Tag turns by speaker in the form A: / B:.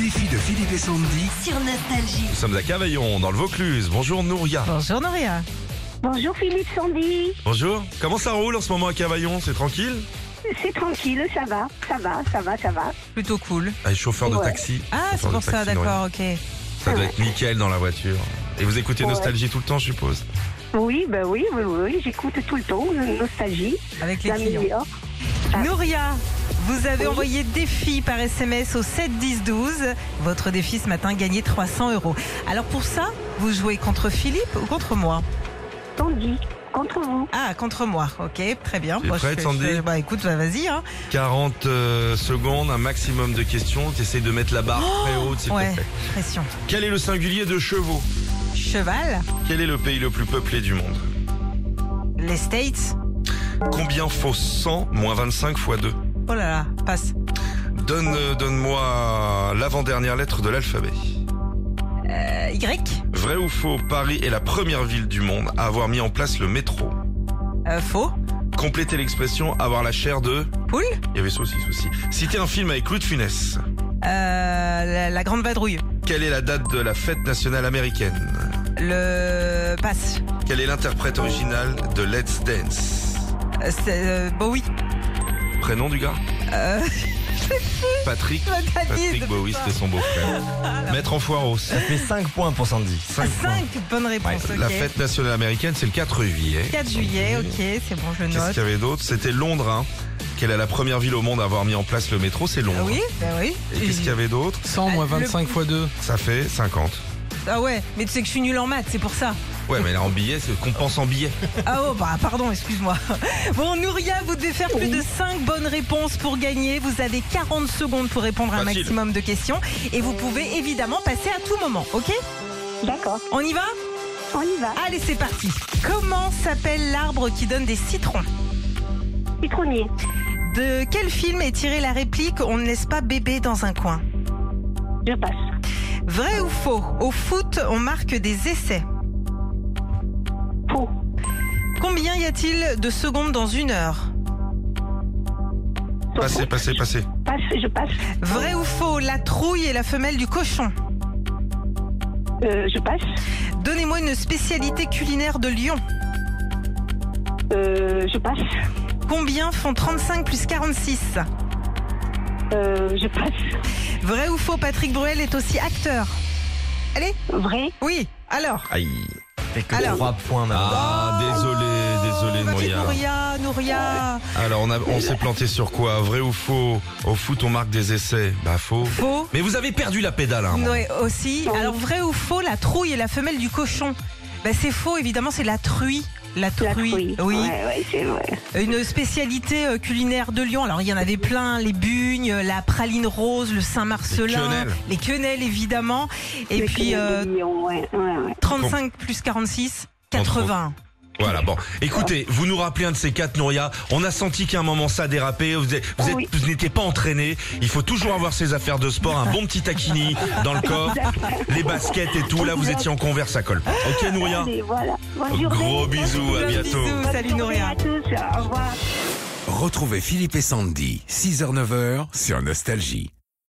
A: défi de Philippe et Sandy
B: sur Nostalgie.
C: Nous sommes à Cavaillon, dans le Vaucluse. Bonjour Nouria.
D: Bonjour Noria.
E: Bonjour Philippe Sandy.
C: Bonjour. Comment ça roule en ce moment à Cavaillon C'est tranquille
E: C'est tranquille, ça va, ça va, ça va, ça va.
D: Plutôt cool.
C: Ah, et chauffeur de
E: Ouais.
C: taxi.
D: Ah, c'est
C: Chauffeur de
D: pour ça,
C: taxi, Nouria.
D: d'accord, ok.
C: Ça doit être nickel dans la voiture. Et vous écoutez
E: Ouais.
C: Nostalgie tout le temps, je suppose.
E: Oui, ben oui, oui, oui, oui, j'écoute tout le temps, nostalgie,
D: Avec les
E: la
D: clients.
E: meilleure.
D: Nouria, vous avez envoyé défi par SMS au 7 10 12. Votre défi ce matin, gagner 300 euros. Alors pour ça, vous jouez contre Philippe ou contre moi
E: Sandy, contre vous.
D: Ah, contre moi. Ok, très bien.
C: T'es
D: Moi,
C: prête,
D: fais-
C: Sandy
D: fais- Bah écoute, bah, vas-y. Hein.
C: 40 euh, secondes, un maximum de questions. T'essayes de mettre la barre très haute, s'il
D: Ouais,
C: te plaît.
D: pression.
C: Quel est le singulier de chevaux
D: Cheval,
C: Quel est le pays le plus peuplé du monde
D: les States.
C: Combien faut 100 moins 25 fois 2
D: Oh là là, passe.
C: Donne, euh, Donne-moi l'avant-dernière lettre de l'alphabet.
D: Euh, y
C: Vrai ou faux, Paris est la première ville du monde à avoir mis en place le métro.
D: Euh, Faux
C: Complétez l'expression avoir la chair de...
D: Poule
C: Il y avait ça aussi, ça aussi. Citez un film avec Louis de Funès.
D: Euh, la, la grande vadrouille.
C: Quelle est la date de la fête nationale américaine
D: Le passe.
C: Quel est l'interprète original de Let's Dance
D: Euh, c'est, euh, Bowie.
C: Prénom du gars
D: Euh,
C: Patrick.
D: David,
C: Patrick
D: putain.
C: Bowie, c'était son beau-frère. Maître en foireau.
F: Ça fait 5 points pour Sandy. 5
D: 5 bonnes réponses. ok.
C: La fête nationale américaine, c'est le 4 juillet.
D: 4 juillet, ok, c'est bon, je
C: Qu'est-ce
D: note.
C: qu'il y avait d'autre C'était Londres. hein. Quelle est la première ville au monde à avoir mis en place le métro C'est
D: Ah
C: Londres.
D: oui, bah oui.
C: Et qu'est-ce qu'il y avait d'autre
G: 100 moins 25 fois 2.
C: Ça fait 50.
D: Ah ouais, mais tu sais que je suis nulle en maths, c'est pour ça.
C: Ouais, mais là, en billets, c'est qu'on pense en billets.
D: Ah oh, bah pardon, excuse-moi. Bon, Nouria, vous devez faire plus de 5 bonnes réponses pour gagner. Vous avez 40 secondes pour répondre à un
C: Facile.
D: maximum de questions. Et vous pouvez évidemment passer à tout moment, ok
E: D'accord,
D: On y va
E: on y va.
D: Allez, c'est parti. Comment s'appelle l'arbre qui donne des citrons
E: Citronnier,
D: De quel film est tirée la réplique On ne laisse pas bébé dans un coin
E: je passe.
D: Vrai ou faux Au foot, on marque des essais.
E: Faux,
D: Combien y a-t-il de secondes dans une heure
C: Passez, passez, passez.
E: passe, je passe,
D: Vrai ou faux La trouille est la femelle du cochon.
E: euh, je passe,
D: Donnez-moi une spécialité culinaire de Lyon.
E: euh, je passe,
D: Combien font 35 plus 46
E: euh, je passe.
D: Vrai ou faux Patrick Bruel est aussi acteur. Allez
E: Vrai,
D: Oui. Alors
C: Aïe.
F: Fait que
D: Alors. Oh,
F: 3 points maintenant.
C: Ah, désolé, désolé,
D: Ma petite
C: Nouria.
D: Nouria, Nouria.
C: Alors, on, a- on s'est planté sur quoi Vrai ou faux Au foot, on marque des essais. Bah, faux.
D: Faux
C: Mais vous avez perdu la pédale, hein.
D: Ouais, aussi.
E: Oui.
D: Alors, vrai ou faux, la trouille est la femelle du cochon Bah, C'est faux, évidemment, c'est la truie. La truie,
E: la trouille.
D: oui.
E: Ouais, ouais, c'est vrai.
D: Une spécialité euh, culinaire de Lyon. Alors, il y en avait plein les bugnes, euh, la praline rose, le Saint-Marcelin,
C: quenelles.
D: les quenelles, évidemment. Et
E: Le
D: puis,
E: client
D: euh,
E: de Lyon, ouais, ouais, ouais.
D: 35 plus 46,
C: Entre autres.
D: 80.
C: Voilà, bon. Écoutez, vous nous rappelez un de ces quatre, Nouria. On a senti qu'à un moment ça a dérapé. Vous, êtes- vous, êtes-
E: Oui.
C: vous n'étiez pas entraîné. Il faut toujours avoir ses affaires de sport, un bon petit taquini dans le corps, les baskets et tout. Là, vous étiez en converse à col. Ok, Nouria
E: Allez, voilà. Bonne journée.
C: Gros bisous, à
D: Plein de
C: bientôt.
D: bisous.
E: Bonne
D: Salut,
E: journée
D: Nouria.
E: à tous, au revoir.
A: Retrouvez Philippe et Sandy, 6h-9h sur Nostalgie.